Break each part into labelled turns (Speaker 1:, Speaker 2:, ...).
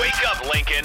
Speaker 1: Wake up, Lincoln.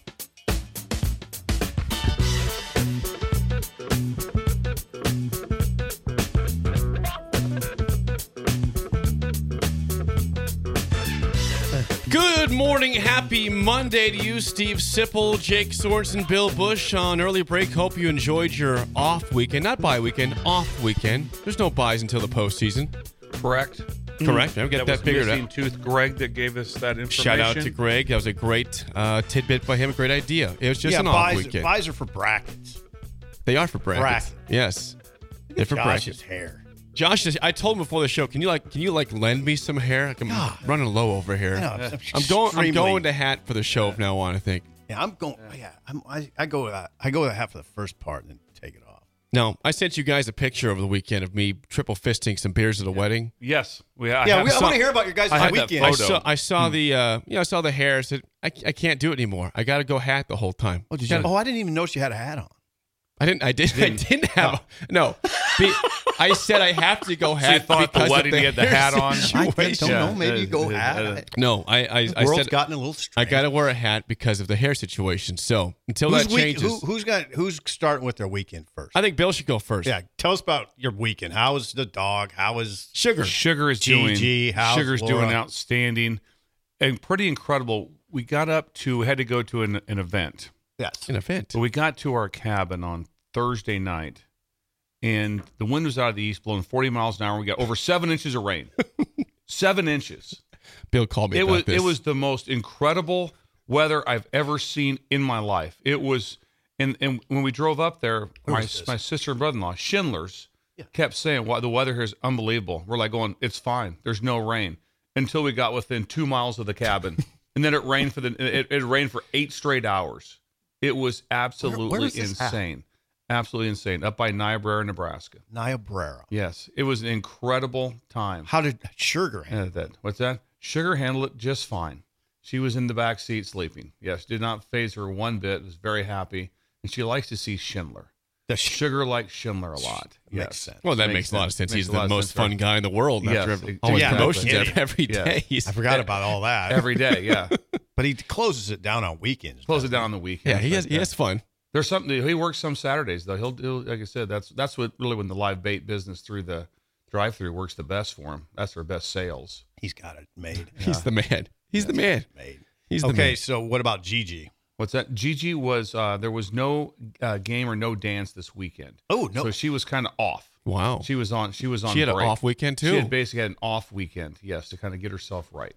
Speaker 2: Good morning, happy Monday to you, Steve Sipple, Jake Sorensen, Bill Bush on early break. Hope you enjoyed your off weekend, not bye weekend, off weekend. There's no buys until the postseason,
Speaker 3: Mm-hmm.
Speaker 4: Correct.
Speaker 2: correct? I'll get that,
Speaker 4: was
Speaker 2: figured
Speaker 4: missing
Speaker 2: out.
Speaker 4: tooth Greg that gave us that information.
Speaker 2: Shout out to Greg. That was a great uh, tidbit by him. A great idea. It was just
Speaker 3: yeah,
Speaker 2: an off
Speaker 3: buys,
Speaker 2: weekend.
Speaker 3: buys are for brackets.
Speaker 2: They are for brackets.
Speaker 3: Bracket.
Speaker 2: Yes, they're for
Speaker 3: Josh's
Speaker 2: brackets.
Speaker 3: hair.
Speaker 2: Josh, is- I told him before the show, can you like, can you like lend me some hair? Like, I'm running low over here.
Speaker 3: I know, I'm
Speaker 2: I'm going. I'm
Speaker 3: extremely-
Speaker 2: going to hat for the show from now on. I think.
Speaker 3: Yeah, I'm going. oh, Yeah, I'm, I, I go. with that- I go with half of the first part and then take it off.
Speaker 2: No, I sent you guys a picture over the weekend of me triple fisting some beers at a wedding.
Speaker 4: Yes. We, I
Speaker 3: yeah,
Speaker 4: have
Speaker 3: we, I
Speaker 4: some-
Speaker 3: want to hear about your guys'
Speaker 4: I had that
Speaker 3: weekend.
Speaker 2: I
Speaker 4: Photo.
Speaker 2: saw, I saw
Speaker 4: Hmm.
Speaker 2: the, uh, you know, I saw the hair. I said, I, I can't do it anymore. I got to go hat the whole time.
Speaker 3: Oh, did you?
Speaker 2: Gotta-
Speaker 3: Oh, I didn't even notice you had a hat on.
Speaker 2: I didn't. I didn't. I didn't have. No, Be- I said I have to go
Speaker 4: So you
Speaker 2: hat
Speaker 4: thought at the
Speaker 2: because of
Speaker 4: wedding he had the
Speaker 2: hair
Speaker 4: hat on?
Speaker 3: I
Speaker 2: situation.
Speaker 3: don't know. Maybe you go
Speaker 4: Yeah.
Speaker 3: hat.
Speaker 2: No, I, I,
Speaker 3: the
Speaker 2: I
Speaker 3: world's
Speaker 2: said
Speaker 3: gotten a little
Speaker 2: I
Speaker 3: strange.
Speaker 2: got to wear a hat because of the hair situation. So until
Speaker 3: Who's
Speaker 2: that
Speaker 3: week,
Speaker 2: changes,
Speaker 3: who, who's got? Who's starting with their weekend first?
Speaker 2: I think Bill should go first.
Speaker 3: yeah, tell us about your weekend. How was the dog? How was
Speaker 2: Sugar.
Speaker 4: Sugar is
Speaker 3: GG,
Speaker 4: doing.
Speaker 3: how's
Speaker 4: Sugar's
Speaker 3: Laura?
Speaker 4: doing outstanding and pretty incredible. We got up to had to go to an, an event.
Speaker 3: yes?
Speaker 2: An event.
Speaker 4: So we got to our cabin on Thursday night, and the wind was out of the east, blowing 40 miles an hour. We got over seven inches of rain. seven inches.
Speaker 2: Bill called me.
Speaker 4: it
Speaker 2: about
Speaker 4: was
Speaker 2: this.
Speaker 4: it was the most incredible weather I've ever seen in my life. It was and and when we drove up there,
Speaker 3: Where
Speaker 4: my
Speaker 3: was this?
Speaker 4: my sister and brother in law Schindler's kept saying, "Wow, the weather here is unbelievable." We're like going, "It's fine. There's no rain." Until we got within two miles of the cabin, and then it rained for the it, it rained for eight straight hours. It was absolutely
Speaker 3: was this at?
Speaker 4: insane, absolutely insane. Up by Niobrara, Nebraska.
Speaker 3: Niobrara.
Speaker 4: Yes, it was an incredible time.
Speaker 3: How did Sugar? handle
Speaker 4: Uh, that what's that? Sugar handled it just fine. She was in the back seat sleeping. Yes, did not phase her one bit. Was very happy, and she likes to see Schindler.
Speaker 3: The sh-
Speaker 4: Sugar likes Schindler a lot.
Speaker 3: Makes
Speaker 4: Yes.
Speaker 3: sense.
Speaker 2: Well, that
Speaker 4: Makes
Speaker 2: makes, a lot of
Speaker 4: sense.
Speaker 2: sense.
Speaker 4: Makes a
Speaker 2: He's
Speaker 4: lot
Speaker 2: the
Speaker 4: of
Speaker 2: most
Speaker 4: sense,
Speaker 2: fun
Speaker 4: right?
Speaker 2: guy in the world.
Speaker 4: Yes,
Speaker 2: after
Speaker 4: exactly.
Speaker 2: all his
Speaker 3: Yeah,
Speaker 2: promotions
Speaker 3: exactly.
Speaker 2: every
Speaker 4: Yeah.
Speaker 2: day. He's-
Speaker 3: I forgot about all that.
Speaker 4: Every day, yeah.
Speaker 3: but he closes it down on weekends.
Speaker 4: Close it down on the weekend.
Speaker 2: Yeah, he has, he has fun.
Speaker 4: There's something he works some Saturdays though. He'll do like I said. That's that's what really when the live bait business through the drive-through works the best for him. That's their best sales.
Speaker 3: He's got it made.
Speaker 2: He's the man. He's the man.
Speaker 3: made.
Speaker 2: He's the
Speaker 3: okay,
Speaker 2: man.
Speaker 3: so what about Gigi?
Speaker 4: What's that? Gigi was uh, there was no uh, game or no dance this weekend.
Speaker 3: Oh, no.
Speaker 4: So she was kind of off.
Speaker 2: Wow.
Speaker 4: She was on. She was on.
Speaker 2: She had an
Speaker 4: break.
Speaker 2: off weekend,
Speaker 4: She
Speaker 2: too.
Speaker 4: had basically had an off weekend. Yes, to kind of get herself right.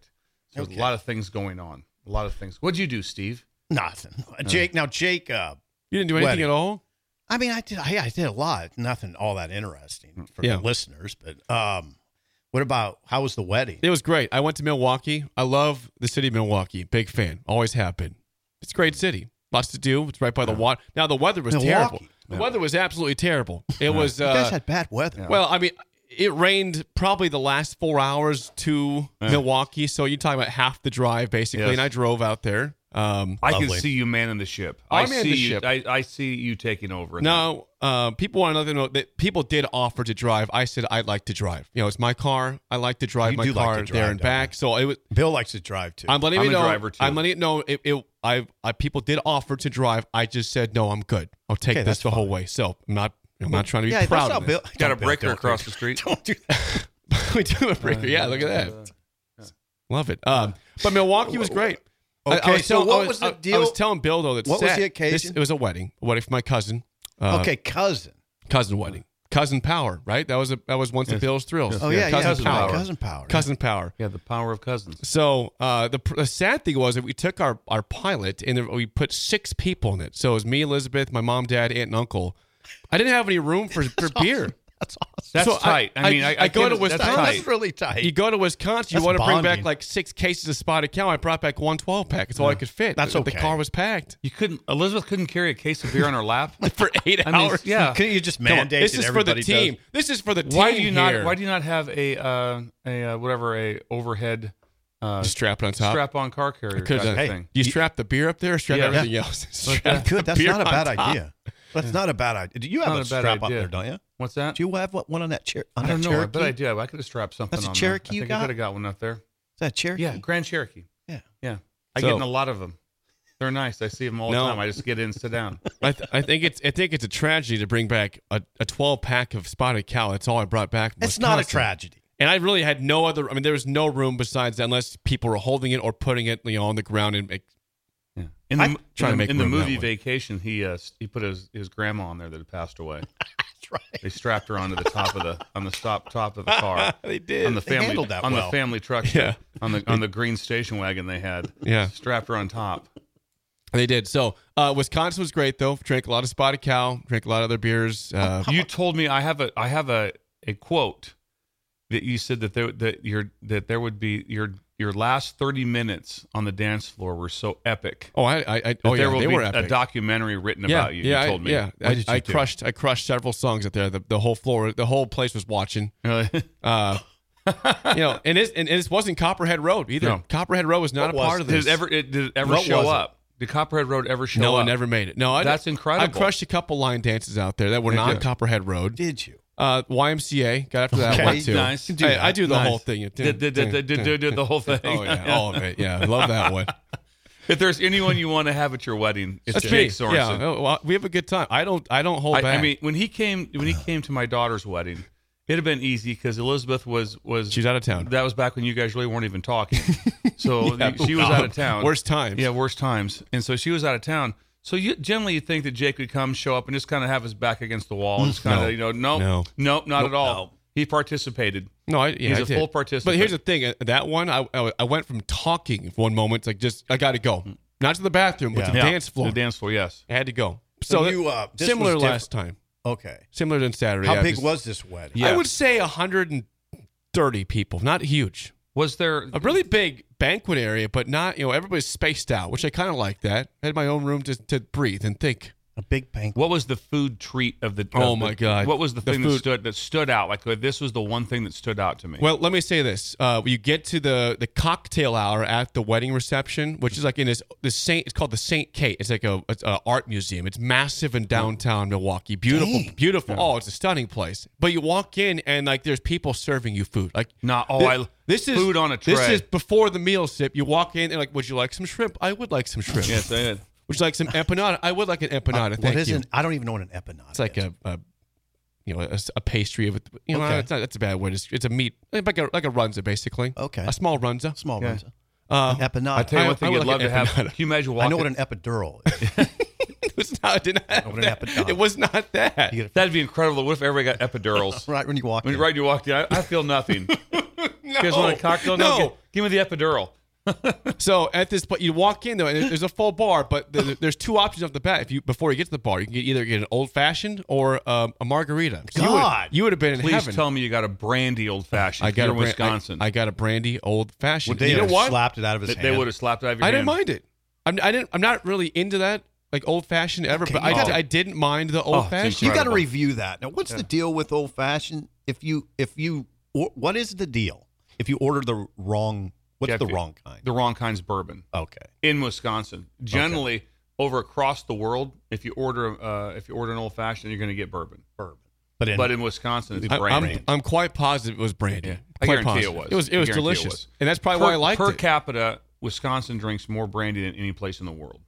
Speaker 4: So there's
Speaker 3: Okay.
Speaker 4: a lot of things going on. A lot of things. What'd you do, Steve?
Speaker 3: Nothing. Jake. Now Jake. Uh,
Speaker 2: You didn't do anything
Speaker 3: Wedding.
Speaker 2: at all?
Speaker 3: I mean, I did. I, I did a lot. Nothing all that interesting for
Speaker 2: Yeah.
Speaker 3: the listeners. But um, what about how was the wedding?
Speaker 2: It was great. I went to Milwaukee. I love the city of Milwaukee. Big fan. Always have been. It's a great city. Lots to do. It's right by the water. Now the weather was terrible.
Speaker 3: Milwaukee.
Speaker 2: The weather was absolutely terrible. It was
Speaker 3: you guys
Speaker 2: uh,
Speaker 3: had bad weather.
Speaker 2: well, I mean, it rained probably the last four hours to Milwaukee. So you're talking about half the drive basically,
Speaker 4: Yes.
Speaker 2: and I drove out there. Um,
Speaker 4: I can
Speaker 3: Lovely.
Speaker 4: see you manning the ship.
Speaker 2: Oh, I
Speaker 4: I
Speaker 2: manned
Speaker 4: see
Speaker 2: the
Speaker 4: you,
Speaker 2: ship.
Speaker 4: I, I see you taking over. in that.
Speaker 2: No, uh, people want to know that people did offer to drive. I said I'd like to drive. You know, it's my car. I like to drive
Speaker 3: You
Speaker 2: my
Speaker 3: do like
Speaker 2: car
Speaker 3: to
Speaker 2: there
Speaker 3: drive,
Speaker 2: and
Speaker 3: don't
Speaker 2: back. So it was.
Speaker 3: Bill likes to drive too.
Speaker 2: I'm letting
Speaker 4: I'm
Speaker 2: you
Speaker 4: a
Speaker 2: know.
Speaker 4: driver, too.
Speaker 2: I'm letting it know. It, it, I, I, people did offer to drive. I just said no. I'm good. I'll take
Speaker 3: Okay,
Speaker 2: this
Speaker 3: that's
Speaker 2: the whole way. So I'm not. I'm not trying to be
Speaker 3: yeah,
Speaker 2: proud.
Speaker 3: that's how
Speaker 2: of
Speaker 3: Bill.
Speaker 2: this.
Speaker 4: got a
Speaker 3: Don't Bill,
Speaker 4: breaker
Speaker 3: don't
Speaker 4: across
Speaker 3: do-
Speaker 4: the street.
Speaker 3: Don't do that.
Speaker 2: we do a breaker. Yeah, look at
Speaker 3: Uh,
Speaker 2: that. Love it. Um, but Milwaukee was great. I- I
Speaker 3: Okay, so
Speaker 2: telling- I
Speaker 3: what was the
Speaker 2: I- I
Speaker 3: deal-
Speaker 2: was telling Bill though that
Speaker 3: What was
Speaker 2: Sat-
Speaker 3: the
Speaker 2: this-
Speaker 3: occasion?
Speaker 2: it was a wedding. A wedding for my cousin. Uh,
Speaker 3: okay, cousin.
Speaker 2: cousin wedding, cousin power, right? That was a that was once a Bill's thrills.
Speaker 3: Oh yeah, yeah.
Speaker 2: cousin power,
Speaker 3: Cousin power.
Speaker 2: cousin power.
Speaker 4: Yeah, the power of cousins.
Speaker 2: So uh, the, pr- the sad thing was that we took our our pilot and there, we put six people in it. So it was me, Elizabeth, my mom, dad, aunt, and uncle. I didn't have any room for, for beer.
Speaker 3: That's awesome.
Speaker 4: That's
Speaker 2: So I-
Speaker 4: tight. I,
Speaker 2: I-
Speaker 4: mean, I,
Speaker 2: I go
Speaker 4: can't-
Speaker 2: to
Speaker 4: that's
Speaker 2: Wisconsin.
Speaker 4: tight.
Speaker 3: That's really tight.
Speaker 2: You go to Wisconsin,
Speaker 3: That's
Speaker 2: you want to bring
Speaker 3: bonding.
Speaker 2: back like six cases of spotted cow. I brought back one 12 pack. It's all I could fit.
Speaker 3: That's
Speaker 2: the, The
Speaker 3: okay.
Speaker 2: car was packed
Speaker 4: You couldn't. Elizabeth couldn't carry a case of beer on her lap.
Speaker 2: for eight
Speaker 4: I mean,
Speaker 2: hours.
Speaker 4: yeah.
Speaker 3: Couldn't you just
Speaker 2: Come on,
Speaker 3: mandate
Speaker 2: this
Speaker 3: that
Speaker 2: is for the
Speaker 3: everybody
Speaker 2: team.
Speaker 3: does-
Speaker 2: This is for the team.
Speaker 4: Why do you
Speaker 2: here.
Speaker 4: not? Why do you not have a uh, a uh, whatever a overhead uh,
Speaker 2: Just strap it on top?
Speaker 4: strap on car carrier?
Speaker 2: Could
Speaker 4: type
Speaker 2: have
Speaker 4: thing?
Speaker 2: done. Do you strap the beer up there or strap
Speaker 4: Yeah.
Speaker 2: everything else?
Speaker 3: You
Speaker 2: Strap
Speaker 3: could.
Speaker 2: the
Speaker 3: That's
Speaker 2: beer
Speaker 3: not a
Speaker 2: on
Speaker 3: bad
Speaker 2: top.
Speaker 3: idea. That's not a bad idea. Do you have
Speaker 4: Not
Speaker 3: a,
Speaker 4: a bad
Speaker 3: strap up
Speaker 4: idea.
Speaker 3: there? Don't you?
Speaker 4: What's that?
Speaker 3: Do you have what- one on that chair? On
Speaker 4: I don't
Speaker 3: that
Speaker 4: know. I
Speaker 3: Cherokee?
Speaker 4: bet I do. I could have strapped something.
Speaker 3: That's a
Speaker 4: on
Speaker 3: Cherokee
Speaker 4: There.
Speaker 3: you
Speaker 4: I think I
Speaker 3: got?
Speaker 4: could have got one up there.
Speaker 3: Is that Cherokee?
Speaker 4: Yeah, Grand Cherokee.
Speaker 3: Yeah.
Speaker 4: Yeah, I
Speaker 2: So-
Speaker 4: get in a lot of them. They're nice. I see them all
Speaker 2: No.
Speaker 4: the time. I just get in, sit down.
Speaker 2: I, th- I think it's I think it's a tragedy to bring back a, a 12 pack of spotted cow. That's all I brought back. from
Speaker 3: It's not a
Speaker 2: Wisconsin.
Speaker 3: tragedy.
Speaker 2: And I really had no other. I mean, there was no room besides that unless people were holding it or putting it you know, on the ground. And make,
Speaker 4: Yeah. In the,
Speaker 2: I-
Speaker 4: mo- in
Speaker 2: Trying to
Speaker 4: the-
Speaker 2: make
Speaker 4: in the
Speaker 2: room that
Speaker 4: movie
Speaker 2: way.
Speaker 4: Vacation, he uh, s- he put his, his grandma on there that had passed away.
Speaker 3: That's right.
Speaker 4: They strapped her onto the top of the on the stop top of the car.
Speaker 2: they did.
Speaker 4: on the
Speaker 3: They
Speaker 4: family
Speaker 3: handled that
Speaker 4: on
Speaker 3: well.
Speaker 4: the family truck.
Speaker 2: Yeah.
Speaker 4: on the on the green station wagon they had.
Speaker 2: Yeah.
Speaker 4: strapped her on top.
Speaker 2: they did. So uh, Wisconsin was great though. Drank a lot of spotted cow. Drank a lot of other beers. Uh,
Speaker 4: You told me I have a I have a a quote that you said that there that your that there would be your your last thirty minutes on the dance floor were so epic.
Speaker 2: oh, I, I, I
Speaker 4: that
Speaker 2: oh yeah,
Speaker 4: there will
Speaker 2: they
Speaker 4: be
Speaker 2: were
Speaker 4: a
Speaker 2: epic.
Speaker 4: documentary written
Speaker 2: yeah,
Speaker 4: about you.
Speaker 2: yeah,
Speaker 4: you
Speaker 2: I-
Speaker 4: told me.
Speaker 2: Yeah,
Speaker 3: What
Speaker 2: I,
Speaker 3: did you
Speaker 2: I
Speaker 3: do?
Speaker 2: crushed. I crushed several songs out there. The, the whole floor, the whole place was watching.
Speaker 4: Yeah.
Speaker 2: Uh, you know, and this and, and this wasn't Copperhead Road either.
Speaker 4: No.
Speaker 2: Copperhead Road was
Speaker 3: What
Speaker 2: not a
Speaker 3: was
Speaker 2: part of
Speaker 4: Did
Speaker 2: this.
Speaker 4: it ever it, did it ever
Speaker 3: What was
Speaker 4: show
Speaker 3: it?
Speaker 4: up? Did Copperhead Road ever show
Speaker 2: no,
Speaker 4: up?
Speaker 2: I never made it. No, I
Speaker 4: That's
Speaker 2: I
Speaker 4: incredible.
Speaker 2: crushed a couple line dances out there that were
Speaker 4: Yeah.
Speaker 2: non Copperhead Road.
Speaker 3: Did you?
Speaker 2: Uh, YMCA got after that
Speaker 3: Okay,
Speaker 2: one too.
Speaker 4: nice. You
Speaker 2: I,
Speaker 4: do
Speaker 2: I do the
Speaker 4: Nice.
Speaker 2: whole thing.
Speaker 4: Did, did, did, did, did, did the whole thing.
Speaker 2: Oh yeah, all of it. Yeah, I love that one.
Speaker 4: If there's anyone you want to have at your wedding, it's
Speaker 2: That's
Speaker 4: Jake
Speaker 2: me.
Speaker 4: Sorensen.
Speaker 2: Yeah, oh, well, we have a good time. I don't. I don't hold
Speaker 4: I,
Speaker 2: back.
Speaker 4: I mean, when he came when he came to my daughter's wedding, it'd have been easy because Elizabeth was was
Speaker 2: She's out of town.
Speaker 4: That was back when you guys really weren't even talking. So the- she was out of town.
Speaker 2: Worst times.
Speaker 4: Yeah, worst times. And so she was out of town. So you generally you think that Jake would come, show up, and just kind of have his back against the wall, and just kind of
Speaker 2: No.
Speaker 4: you know, nope,
Speaker 2: No.
Speaker 4: nope, not
Speaker 3: Nope,
Speaker 4: at all.
Speaker 3: no.
Speaker 4: He participated.
Speaker 2: No, I, yeah,
Speaker 4: He's
Speaker 2: a
Speaker 4: a full participant.
Speaker 2: But here's the thing: uh, that one, I, I, I went from talking one moment, like just I got to go, not to the bathroom, but to the
Speaker 4: Yeah,
Speaker 2: dance floor.
Speaker 4: The dance floor, yes.
Speaker 2: I had to go.
Speaker 3: So
Speaker 2: So,
Speaker 3: you, uh, this
Speaker 2: similar
Speaker 3: was diff-
Speaker 2: last time,
Speaker 3: Okay.
Speaker 2: similar than Saturday.
Speaker 3: How
Speaker 2: I
Speaker 3: big
Speaker 2: just-
Speaker 3: was this wedding?
Speaker 4: Yeah.
Speaker 2: I would say 130 people, not huge.
Speaker 4: Was there
Speaker 2: A really big banquet area, but not you know everybody's spaced out, which I kind of like that. I had my own room to to breathe and think.
Speaker 3: A big banquet.
Speaker 4: What was the food treat of the?
Speaker 2: Oh
Speaker 4: of the-
Speaker 2: my God.
Speaker 4: What was the,
Speaker 2: The
Speaker 4: thing that
Speaker 2: food-
Speaker 4: stood that stood out? Like uh, this was the one thing that stood out to me.
Speaker 2: Well, let me say this: uh, you get to the the cocktail hour at the wedding reception, which is like in this the Saint. It's called the Saint Kate. It's like a, it's a art museum. It's massive in downtown Milwaukee. Beautiful,
Speaker 3: Dang.
Speaker 2: beautiful. Oh, it's a stunning place. But you walk in and like there's people serving you food. Like
Speaker 4: Nah, oh,
Speaker 2: thi-
Speaker 4: I-
Speaker 2: this is
Speaker 4: food on a
Speaker 2: This
Speaker 4: tray.
Speaker 2: is before the meal sip. You walk in and like, would you like some shrimp? I would like some shrimp.
Speaker 4: yes, Uh, I did.
Speaker 2: Would you like some empanada? I would like an empanada.
Speaker 3: What
Speaker 2: Thank
Speaker 3: is
Speaker 2: you.
Speaker 3: an- I don't even know what an empanada.
Speaker 2: It's like
Speaker 3: is.
Speaker 2: a, a you know, a, s- a pastry of you know,
Speaker 3: Okay.
Speaker 2: it's not, that's a bad word. It's, it's a meat, like a like a runza basically.
Speaker 3: Okay.
Speaker 2: a small runza.
Speaker 3: small
Speaker 4: Yeah.
Speaker 3: ones.
Speaker 2: Uh,
Speaker 3: An empanada.
Speaker 4: I tell you
Speaker 2: I-
Speaker 4: one thing,
Speaker 2: I
Speaker 4: you'd
Speaker 2: would
Speaker 4: love
Speaker 2: like
Speaker 4: to
Speaker 2: an
Speaker 4: have. Can
Speaker 2: empanada.
Speaker 4: you imagine walking?
Speaker 3: I know what an epidural is.
Speaker 2: it was not. It didn't have
Speaker 3: What an
Speaker 2: that.
Speaker 3: appadonna.
Speaker 2: It was not that.
Speaker 3: You get
Speaker 4: That'd be incredible. What if everybody got epidurals?
Speaker 3: right when you walk
Speaker 4: When
Speaker 3: in.
Speaker 4: right you walked in, I, I feel nothing. You guys want a cocktail?
Speaker 2: No.
Speaker 4: gi- give, me the epidural.
Speaker 2: So at this point, you walk in though, and there's a full bar, but there- there's two options off the bat. If you before you get to the bar, you can either get an old fashioned or um, a margarita. You would-
Speaker 3: God.
Speaker 2: you would have been in
Speaker 4: Please
Speaker 2: heaven.
Speaker 4: tell me you got a brandy old fashioned.
Speaker 2: I got
Speaker 4: in
Speaker 2: a bran-
Speaker 4: Wisconsin.
Speaker 2: I, I got a brandy old
Speaker 3: Would
Speaker 2: fashioned.
Speaker 3: they
Speaker 2: You know
Speaker 3: have
Speaker 2: what?
Speaker 3: slapped it out of his
Speaker 4: They-
Speaker 3: hand?
Speaker 4: they would have slapped it out of your
Speaker 2: I didn't
Speaker 4: hand.
Speaker 2: mind it. I'm, I didn't. I'm not really into that like old fashioned ever, but I,
Speaker 3: you
Speaker 2: did-
Speaker 3: gotta-
Speaker 2: I didn't mind
Speaker 4: Oh,
Speaker 2: the old
Speaker 4: it's
Speaker 2: fashioned.
Speaker 3: You got to
Speaker 4: Incredible.
Speaker 3: review that. Now, what's the deal with old fashioned? If you if you or, what is the deal if you order the wrong? What's
Speaker 4: Yeah, if
Speaker 3: the
Speaker 4: you-
Speaker 3: wrong kind?
Speaker 4: The wrong kind's bourbon
Speaker 3: okay.
Speaker 4: in Wisconsin. Generally, over across the world, if you order uh, if you order an old fashioned, you're going to get bourbon.
Speaker 3: Bourbon. But in,
Speaker 4: But in Wisconsin, it's
Speaker 2: I,
Speaker 4: brandy.
Speaker 2: am I'm quite positive it was brandy.
Speaker 4: Yeah. I
Speaker 2: Quite
Speaker 4: guarantee it
Speaker 2: positive.
Speaker 4: was.
Speaker 2: It was,
Speaker 4: I guarantee it
Speaker 2: delicious,
Speaker 4: was.
Speaker 2: and that's probably
Speaker 4: per,
Speaker 2: why I liked
Speaker 4: per
Speaker 2: it.
Speaker 4: capita. Wisconsin drinks more brandy than any place in the world.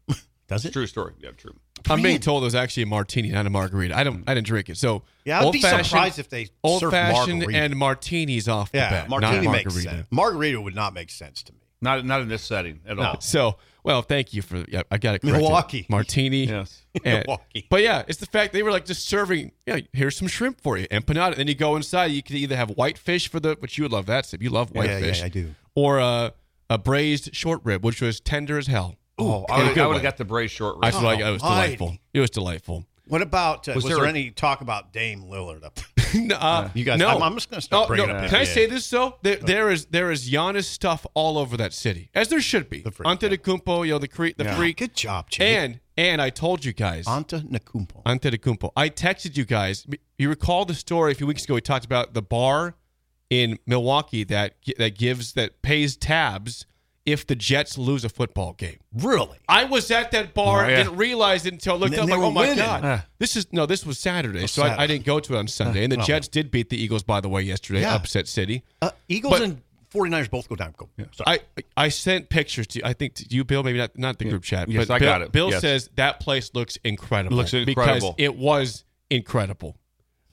Speaker 3: does it?
Speaker 4: True story. Yeah, true.
Speaker 2: I'm being told it was actually a martini, not a margarita. I don't. I didn't drink it. So
Speaker 3: Yeah, I'd be
Speaker 2: old-fashioned-
Speaker 3: surprised if they
Speaker 2: old
Speaker 3: served
Speaker 2: fashioned
Speaker 3: margarita.
Speaker 2: and martinis off the
Speaker 3: Yeah,
Speaker 2: bat,
Speaker 3: martini
Speaker 2: not
Speaker 3: makes
Speaker 2: margarita.
Speaker 3: sense. Margarita would not make sense to me.
Speaker 4: Not not in this setting at all.
Speaker 2: So well, thank you for. Yeah, I got it. Corrected.
Speaker 3: Milwaukee.
Speaker 2: martini.
Speaker 4: Yes.
Speaker 2: and-
Speaker 3: Milwaukee.
Speaker 2: But yeah, it's the fact they were like just serving. Yeah, here's some shrimp for you, empanada. And then you go inside. You could either have white fish for the, which you would love that. Sip. You love white
Speaker 3: yeah,
Speaker 2: fish.
Speaker 3: I do.
Speaker 2: Or uh, a braised short rib, which was tender as hell.
Speaker 4: Oh,
Speaker 2: In
Speaker 4: I
Speaker 2: a
Speaker 4: would
Speaker 2: good
Speaker 4: have
Speaker 2: way.
Speaker 4: got the braised short Uh-huh.
Speaker 2: I
Speaker 4: ribs.
Speaker 3: Oh,
Speaker 2: feel like it was
Speaker 3: Almighty.
Speaker 2: delightful. It was delightful.
Speaker 3: What about uh, was,
Speaker 4: Was
Speaker 3: there,
Speaker 4: there a-
Speaker 3: any talk about Dame Lillard up there?
Speaker 2: N- uh,
Speaker 3: You guys-
Speaker 2: no.
Speaker 3: I'm- I'm just gonna stop bringing up
Speaker 2: Can I
Speaker 3: NBA.
Speaker 2: say this though? There, there is there is Giannis stuff all over that city, as there should be.
Speaker 3: The freak,
Speaker 2: Antetokounmpo, you know the cre- the freak,
Speaker 3: Good job, Jake.
Speaker 2: and and I told you guys,
Speaker 3: Anta Nakumpo.
Speaker 2: Antetokounmpo. I texted you guys. You recall the story a few weeks ago? We talked about the bar in Milwaukee that that gives that pays tabs if the Jets lose a football game.
Speaker 3: really?
Speaker 2: I was at that bar
Speaker 4: Oh,
Speaker 2: and
Speaker 4: yeah.
Speaker 2: didn't realize it until I looked
Speaker 3: And
Speaker 2: up
Speaker 3: they
Speaker 2: like,
Speaker 3: were
Speaker 2: oh my
Speaker 3: winning. Oh,
Speaker 2: god,
Speaker 4: Yeah.
Speaker 2: this is no, this was Saturday, so I, I
Speaker 3: Saturday. Oh.
Speaker 2: didn't go to it on Sunday. And the Jets did beat the Eagles, by the way, yesterday,
Speaker 3: Yeah.
Speaker 2: upset city.
Speaker 3: Uh, Eagles
Speaker 2: But-
Speaker 3: and 49ers both go down. Go. Sorry.
Speaker 2: I I sent pictures to I think to you, Bill, maybe not not the group chat.
Speaker 4: Yes,
Speaker 2: but
Speaker 4: I
Speaker 2: Bill,
Speaker 4: got it.
Speaker 2: Bill
Speaker 4: Yes.
Speaker 2: says that place looks incredible.
Speaker 4: Looks
Speaker 2: because
Speaker 4: incredible. Hmm.
Speaker 2: it was incredible.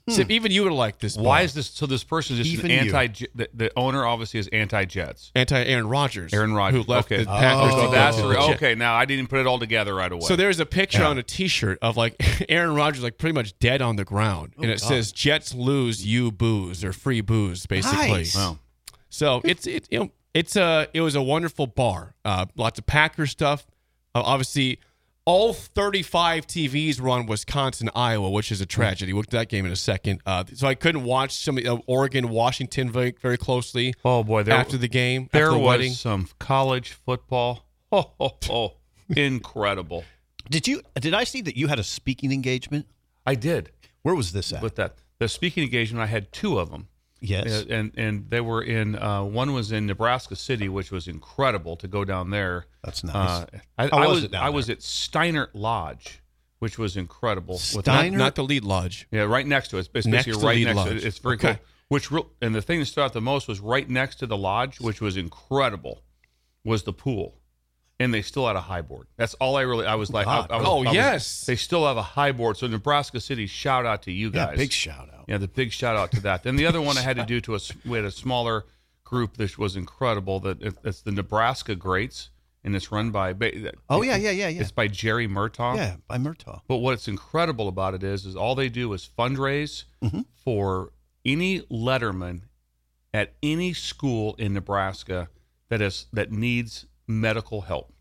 Speaker 2: So if even you would like this.
Speaker 4: Why is this? So this person is just
Speaker 3: Even you.
Speaker 4: an anti. The, the owner obviously is anti Jets.
Speaker 2: anti Aaron Rodgers?
Speaker 4: Aaron Rodgers.
Speaker 2: who left
Speaker 4: Okay.
Speaker 2: the Packers.
Speaker 4: So
Speaker 2: to go
Speaker 4: that's
Speaker 2: to
Speaker 4: the
Speaker 2: the
Speaker 4: re-
Speaker 2: Jets.
Speaker 4: okay. Now I didn't put it all together right away.
Speaker 2: So there's a picture on a T-shirt of like Aaron Rodgers, like pretty much dead on the ground, and it says "Jets lose, you booze" or "free booze," basically.
Speaker 3: Nice.
Speaker 4: Wow.
Speaker 2: So it's it you know it's a it was a wonderful bar. Uh, lots of Packer stuff. Uh, obviously, all 35 TVs were on Wisconsin, Iowa, which is a tragedy. We'll get to that game in a second. Uh, so I couldn't watch some uh, Oregon, Washington very very closely.
Speaker 4: Oh boy, there,
Speaker 2: after the game,
Speaker 4: there
Speaker 2: after the
Speaker 4: was
Speaker 2: wedding.
Speaker 4: some college football. Oh, oh, oh. incredible!
Speaker 3: Did you? Did I see that you had a speaking engagement?
Speaker 4: I did
Speaker 3: Where was this at?
Speaker 4: with uh, that. The speaking engagement, I had two of them.
Speaker 3: yes.
Speaker 4: Yeah, and and they were in uh, one was in Nebraska City, which was incredible to go down there.
Speaker 3: That's nice.
Speaker 4: Uh, I,
Speaker 3: How
Speaker 4: I
Speaker 3: was
Speaker 4: was
Speaker 3: it down
Speaker 4: I
Speaker 3: there?
Speaker 4: was at Steinert Lodge, which was incredible. With-
Speaker 2: Not,
Speaker 3: Steiner-
Speaker 2: not the lead lodge.
Speaker 4: yeah, right next to it. It's
Speaker 2: Next
Speaker 4: basically
Speaker 2: to
Speaker 4: right
Speaker 2: Lead
Speaker 4: next to
Speaker 2: Lodge.
Speaker 4: it. It's very
Speaker 2: Okay.
Speaker 4: cool. Which real, and the thing that stood out the most was right next to the lodge, which was incredible, was the pool, and they still had a high board. That's all I really. I was like, I, I was,
Speaker 2: Oh,
Speaker 4: I was-
Speaker 2: yes.
Speaker 4: they still have a high board. So Nebraska City, shout out to you
Speaker 3: yeah.
Speaker 4: guys.
Speaker 3: Big shout out.
Speaker 4: Yeah, the big shout out to that. Then the other one I had to do to us, we had a smaller group that was incredible. That it- it's the Nebraska Greats, and it's run by. ba-
Speaker 3: Oh yeah, yeah, yeah, yeah.
Speaker 4: It's by Jerry Murtaugh.
Speaker 3: Yeah, by Murtaugh.
Speaker 4: But what's incredible about it is, is all they do is fundraise
Speaker 3: Mm-hmm.
Speaker 4: for any letterman at any school in Nebraska that is that needs medical help.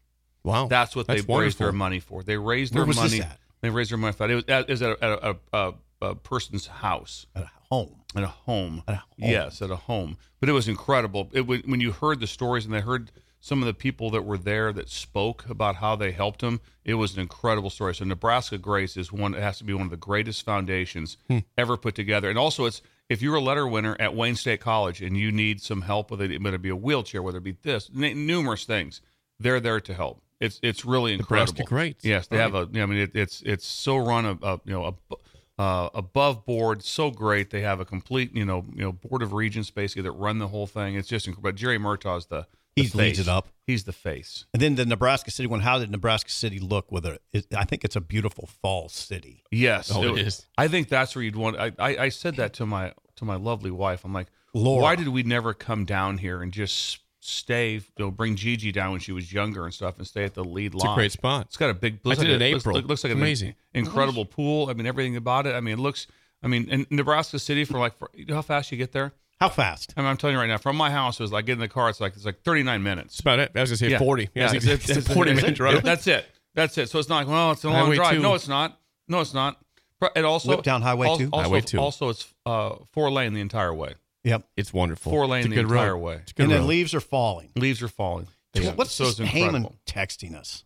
Speaker 2: Wow,
Speaker 4: That's what they raise
Speaker 2: wonderful.
Speaker 4: their money for. They raise
Speaker 3: Oh, Where
Speaker 4: their
Speaker 3: was this
Speaker 4: money.
Speaker 3: at?
Speaker 4: They raise their money for. It was, it was at, a, at a, a, a person's house.
Speaker 3: At home.
Speaker 4: At a home.
Speaker 3: At a home.
Speaker 4: Yes, at a home. But it was incredible. It when, when you heard the stories and they heard some of the people that were there that spoke about how they helped them, it was an incredible story. So Nebraska Grace is one. It has to be one of the greatest foundations ever put together. And also, it's if you're a letter winner at Wayne State College and you need some help, whether it whether it be a wheelchair, whether it be this, n- numerous things, they're there to help. It's it's really incredible.
Speaker 2: Nebraska Greats.
Speaker 4: Yes, they have a. I mean, it, it's it's so run a, a you know a, uh, above board, so great. They have a complete you know you know board of regents basically that run the whole thing. It's just incredible. But Jerry Murtaugh's the, the
Speaker 3: He leads
Speaker 4: face.
Speaker 3: it up.
Speaker 4: He's the face.
Speaker 3: And then the Nebraska City one. How did Nebraska City look? Whether it, I think it's a beautiful fall city.
Speaker 4: Yes,
Speaker 2: Oh, it
Speaker 4: was-
Speaker 2: is.
Speaker 4: I think that's where you'd want. I, I I said that to my to my lovely wife. I'm like,
Speaker 3: Laura.
Speaker 4: why did we never come down here and just stay? You know, bring Gigi down when she was younger and stuff, and stay at the lead.
Speaker 2: It's a great spot.
Speaker 4: It's got a big.
Speaker 2: I
Speaker 4: looks
Speaker 2: did
Speaker 4: like
Speaker 2: it
Speaker 4: a-
Speaker 2: in
Speaker 4: looks-
Speaker 2: April.
Speaker 4: Looks, like
Speaker 2: It's
Speaker 4: an
Speaker 2: amazing.
Speaker 4: incredible pool. I mean, everything about it. I mean, it looks. I mean, in Nebraska City for like, for, you know how fast you get there?
Speaker 3: How fast?
Speaker 4: I mean, I'm telling you right now, from my house, it was like getting in the car. It's like it's like 39 minutes.
Speaker 2: That's about it. I was gonna say forty. Yeah, it's,
Speaker 4: it's-
Speaker 2: it's
Speaker 4: it's-
Speaker 2: a forty
Speaker 4: it's-
Speaker 2: minute drive.
Speaker 4: That's it. That's it. So it's not like, well, it's a long
Speaker 2: Highway
Speaker 4: drive.
Speaker 2: two.
Speaker 4: No, it's not. No, it's not. Pro- It also
Speaker 3: Whip down Highway
Speaker 4: al-
Speaker 3: two?
Speaker 4: Also,
Speaker 2: Highway two.
Speaker 4: Also, it's uh, four lane the entire way.
Speaker 3: Yep.
Speaker 2: it's wonderful.
Speaker 4: Four lane
Speaker 2: It's a
Speaker 4: the
Speaker 2: good road.
Speaker 4: entire way.
Speaker 2: It's a good
Speaker 3: And the
Speaker 2: road.
Speaker 3: leaves are falling.
Speaker 4: Leaves are falling.
Speaker 3: Tw- What's
Speaker 4: so
Speaker 3: this
Speaker 4: it's
Speaker 3: Heyman
Speaker 4: incredible.
Speaker 3: texting us?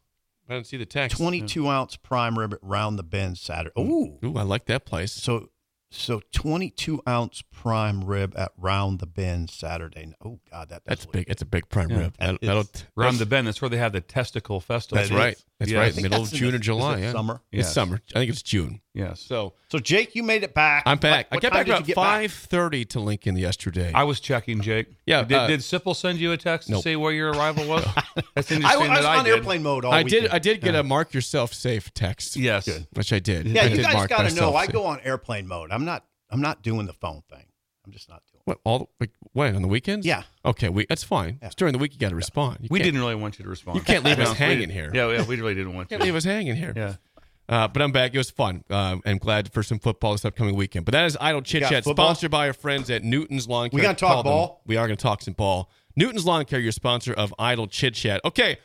Speaker 2: I didn't see the text.
Speaker 3: 22 ounce prime rib at Round the Bend Saturday. Ooh.
Speaker 2: Ooh, I like that place.
Speaker 3: So, so 22 ounce prime rib at Round the Bend Saturday. Oh, God, that does
Speaker 2: That's
Speaker 3: look
Speaker 2: big.
Speaker 3: good.
Speaker 2: That's a big prime
Speaker 4: Yeah.
Speaker 2: rib. That,
Speaker 3: It's-
Speaker 2: that'll.
Speaker 4: Round the bend. That's where they have the testicle festival.
Speaker 2: That's
Speaker 3: That
Speaker 2: right.
Speaker 3: is.
Speaker 2: That's
Speaker 4: Yeah, I
Speaker 2: right.
Speaker 4: think
Speaker 2: Middle
Speaker 3: that's
Speaker 2: of
Speaker 3: in
Speaker 2: June
Speaker 3: the-
Speaker 2: or July.
Speaker 3: is it
Speaker 2: yeah.
Speaker 3: summer?
Speaker 4: Yes.
Speaker 2: It's summer. I think it's June.
Speaker 4: Yes.
Speaker 2: So
Speaker 3: So, Jake, you made it back.
Speaker 2: I'm back.
Speaker 3: What- what
Speaker 2: I got
Speaker 3: time
Speaker 2: back
Speaker 3: did you
Speaker 2: about
Speaker 3: get
Speaker 2: five thirty to Lincoln yesterday.
Speaker 4: I was checking, Jake.
Speaker 2: Yeah,
Speaker 4: Did,
Speaker 2: uh,
Speaker 4: did Sipple send you a text
Speaker 2: nope.
Speaker 4: to say where your arrival was? That's interesting.
Speaker 3: I, I was
Speaker 4: that I
Speaker 3: on
Speaker 4: did.
Speaker 3: airplane mode all
Speaker 2: I
Speaker 3: weekend.
Speaker 2: did. I did get a mark yourself safe text.
Speaker 4: Yes.
Speaker 2: Good. which I did.
Speaker 3: Yeah,
Speaker 2: I
Speaker 3: you
Speaker 2: did
Speaker 3: guys
Speaker 2: mark
Speaker 3: got to know.
Speaker 2: myself
Speaker 3: I
Speaker 2: safe.
Speaker 3: go on airplane mode. I'm not. I'm not doing the phone thing. I'm just not doing.
Speaker 2: What all? the- Like, when on the weekends?
Speaker 3: Yeah.
Speaker 2: Okay. We that's fine.
Speaker 3: Yeah.
Speaker 2: It's during the week. You got to respond. You
Speaker 4: We
Speaker 2: can't-
Speaker 4: didn't really want you to respond.
Speaker 2: You can't leave us
Speaker 4: No, we
Speaker 2: hanging
Speaker 4: didn't-
Speaker 2: here.
Speaker 4: Yeah, yeah, we really didn't want you.
Speaker 2: Can't leave us hanging here.
Speaker 4: Yeah.
Speaker 2: Uh, but I'm back. It was fun. Um, and glad for some football this upcoming weekend. But that is Idle Chit
Speaker 3: got
Speaker 2: Chat,
Speaker 3: football?
Speaker 2: sponsored by our friends at Newton's Lawn Care.
Speaker 3: We gonna talk
Speaker 2: Call them.
Speaker 3: ball?
Speaker 2: We are going to talk some ball. Newton's Lawn Care, your sponsor of Idle Chit Chat. Okay,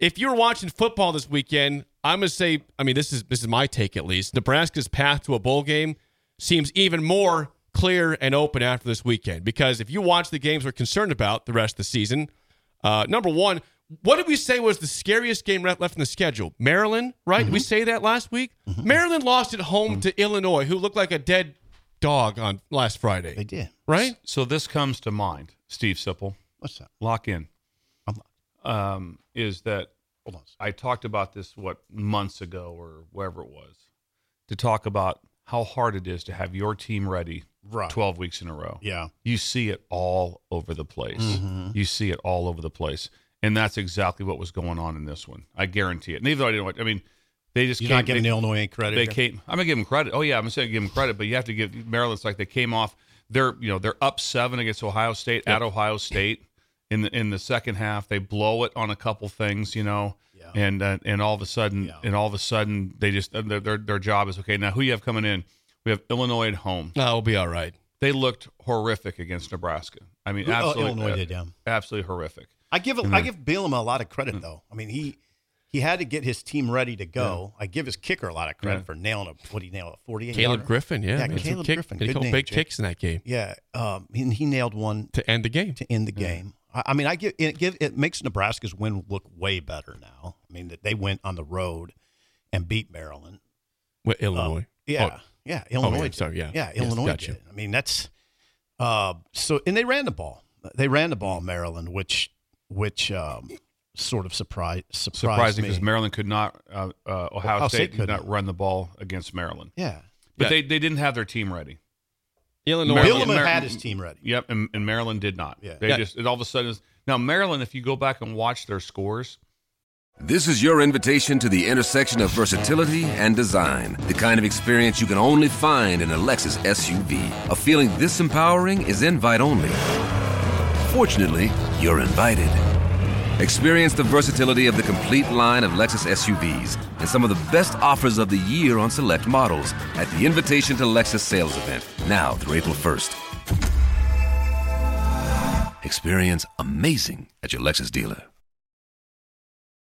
Speaker 2: if you're watching football this weekend, I'm going to say, I mean, this is this is my take at least. Nebraska's path to a bowl game seems even more clear and open after this weekend because if you watch the games we're concerned about the rest of the season, uh, number one, what did we say was the scariest game left left in the schedule? Maryland, right? Did we
Speaker 3: Mm-hmm.
Speaker 2: say that last week? Maryland lost at home to Illinois, who looked like a dead dog on last Friday,
Speaker 3: They did.
Speaker 2: right?
Speaker 4: So this comes to mind, Steve Sipple.
Speaker 3: What's that?
Speaker 4: Lock in. Um, is that
Speaker 3: Hold on. a second.
Speaker 4: I talked about this what months ago or wherever it was to talk about how hard it is to have your team ready
Speaker 3: Right.
Speaker 4: 12 weeks in a row.
Speaker 3: Yeah. Mm-hmm.
Speaker 4: You see it all over the place. You see it all over the place. And that's exactly what was going on in this one. I guarantee it. And even though I didn't watch, I mean, they just
Speaker 3: You're
Speaker 4: came,
Speaker 3: not giving
Speaker 4: they,
Speaker 3: Illinois any credit.
Speaker 4: they
Speaker 3: here?
Speaker 4: came. I'm gonna give them credit. Oh yeah, I'm saying give them credit, but you have to give Maryland's like they came off. They're you know they're up seven against Ohio State at Ohio State in the in the second half. They blow it on a couple things, you know,
Speaker 3: Yeah.
Speaker 4: and uh, and all of a sudden and all of a sudden they just uh, their, their their job is okay. Now who you have coming in? We have Illinois at home.
Speaker 2: No, Oh, we'll be all right.
Speaker 4: They looked horrific against Nebraska. I mean,
Speaker 3: Oh,
Speaker 4: absolutely, uh,
Speaker 3: Illinois did, yeah.
Speaker 4: absolutely horrific.
Speaker 3: I give I
Speaker 2: Mm-hmm.
Speaker 3: give Bielema a lot of credit though. I mean he he had to get his team ready to go. I give his kicker a lot of credit
Speaker 4: Yeah.
Speaker 3: for nailing a what he nailed a forty eight.
Speaker 2: Caleb Griffin, yeah,
Speaker 3: Yeah,
Speaker 2: made some
Speaker 3: Caleb
Speaker 2: kick-
Speaker 3: Griffin.
Speaker 2: made a
Speaker 3: Good
Speaker 2: couple
Speaker 3: name,
Speaker 2: big
Speaker 3: Jake.
Speaker 2: kicks in that game
Speaker 3: Yeah, um, he, he nailed one
Speaker 2: to end the game.
Speaker 3: to end the game. I, I mean I give it give it makes Nebraska's win look way better now. I mean that they went on the road and beat Maryland.
Speaker 2: With
Speaker 3: Um,
Speaker 2: Illinois.
Speaker 3: yeah,
Speaker 2: Oh,
Speaker 3: yeah. Illinois.
Speaker 2: yeah,
Speaker 3: did.
Speaker 2: sorry, yeah.
Speaker 3: yeah.
Speaker 2: Yes,
Speaker 3: Illinois
Speaker 2: gotcha.
Speaker 3: did. I mean, that's uh, so. And they ran the ball. They ran the ball, in Maryland, which which um, sort of surprised surprised
Speaker 4: Surprising
Speaker 3: me.
Speaker 4: because Maryland could not, uh, uh, Ohio,
Speaker 3: Ohio State
Speaker 4: State,
Speaker 3: couldn't.
Speaker 4: did not run the ball against Maryland,
Speaker 3: yeah,
Speaker 4: but
Speaker 2: Yeah.
Speaker 4: they, they didn't have their team ready.
Speaker 2: Illinois.
Speaker 4: Maryland-
Speaker 3: Bielema
Speaker 4: Mar-
Speaker 3: had his team ready.
Speaker 4: Yep, and, and Maryland did not.
Speaker 3: Yeah.
Speaker 4: They
Speaker 2: Yeah.
Speaker 4: just it all of a sudden now Maryland. If you go back and watch their scores,
Speaker 5: This is your invitation to the intersection of versatility and design. The kind of experience you can only find in a Lexus SUV. A feeling this empowering is invite only. Fortunately, you're invited. Experience the versatility of the complete line of Lexus SUVs and some of the best offers of the year on select models at the Invitation to Lexus sales event, now through April 1st. Experience amazing at your Lexus dealer.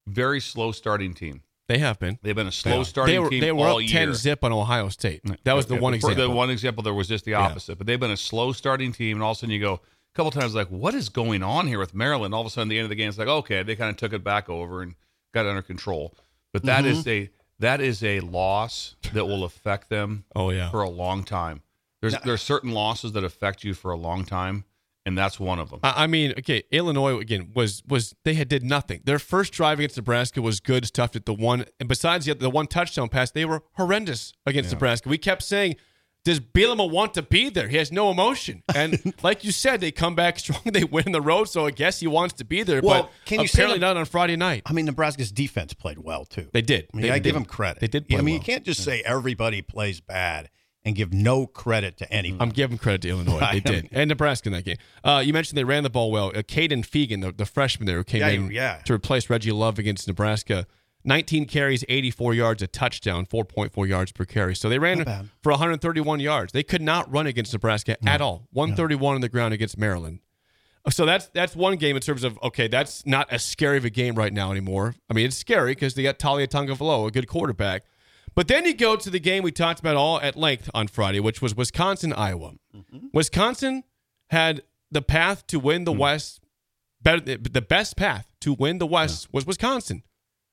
Speaker 4: very slow starting team.
Speaker 2: They have been.
Speaker 4: They've been a
Speaker 2: They
Speaker 4: slow
Speaker 2: are.
Speaker 4: starting
Speaker 2: they were,
Speaker 4: team
Speaker 2: They were
Speaker 4: all
Speaker 2: up
Speaker 4: year.
Speaker 2: 10 zip on Ohio State. That was the
Speaker 4: Yeah,
Speaker 2: one
Speaker 4: for
Speaker 2: example.
Speaker 4: The one example there was just the opposite, but they've been a slow starting team, and all of a sudden you go a couple times like, what is going on here with Maryland? All of a sudden, at the end of the game, it's like, okay, they kind of took it back over and got it under control. But that
Speaker 2: Mm-hmm.
Speaker 4: is a that is a loss that will affect them.
Speaker 2: Oh, yeah.
Speaker 4: for a long time. There's there's certain losses that affect you for a long time, and that's one of them.
Speaker 2: I I mean, okay, Illinois again was was they had did nothing. Their first drive against Nebraska was good, stuffed at the one, and besides the, the one touchdown pass, they were horrendous against Nebraska. We kept saying, "Does Bielema want to be there? He has no emotion." And like you said, they come back strong, they win the road, so I guess he wants to be there.
Speaker 3: Well,
Speaker 2: but
Speaker 3: can you say
Speaker 2: apparently
Speaker 3: that-
Speaker 2: not on Friday night.
Speaker 3: I mean, Nebraska's defense played well too.
Speaker 2: They did.
Speaker 3: I mean,
Speaker 2: They
Speaker 3: I
Speaker 2: did.
Speaker 3: give them credit.
Speaker 2: They did
Speaker 3: I
Speaker 2: play
Speaker 3: mean, you
Speaker 2: well.
Speaker 3: can't just say everybody plays bad and give no credit to anyone.
Speaker 2: I'm giving credit to Illinois. They
Speaker 3: Right.
Speaker 2: did. And Nebraska in that game. Uh, you mentioned they ran the ball well. Uh, Caden Fegan, the, the freshman there who came
Speaker 3: Yeah,
Speaker 2: in
Speaker 3: yeah.
Speaker 2: to replace Reggie Love against Nebraska, 19 carries, 84 yards, a touchdown, 4.4 yards per carry. So they ran
Speaker 3: bad.
Speaker 2: for 131 yards. They could not run against Nebraska at all. 131 on the ground against Maryland. Uh, So that's that's one game in terms of okay, that's not as scary of a game right now anymore. I mean, it's scary because they got Talia Tungavaloa, a good quarterback. But then you go to the game we talked about all at length on Friday, which was Wisconsin Iowa. Wisconsin had the path to win
Speaker 4: Hmm.
Speaker 2: the West. Better, the- the best path to win the West was Wisconsin.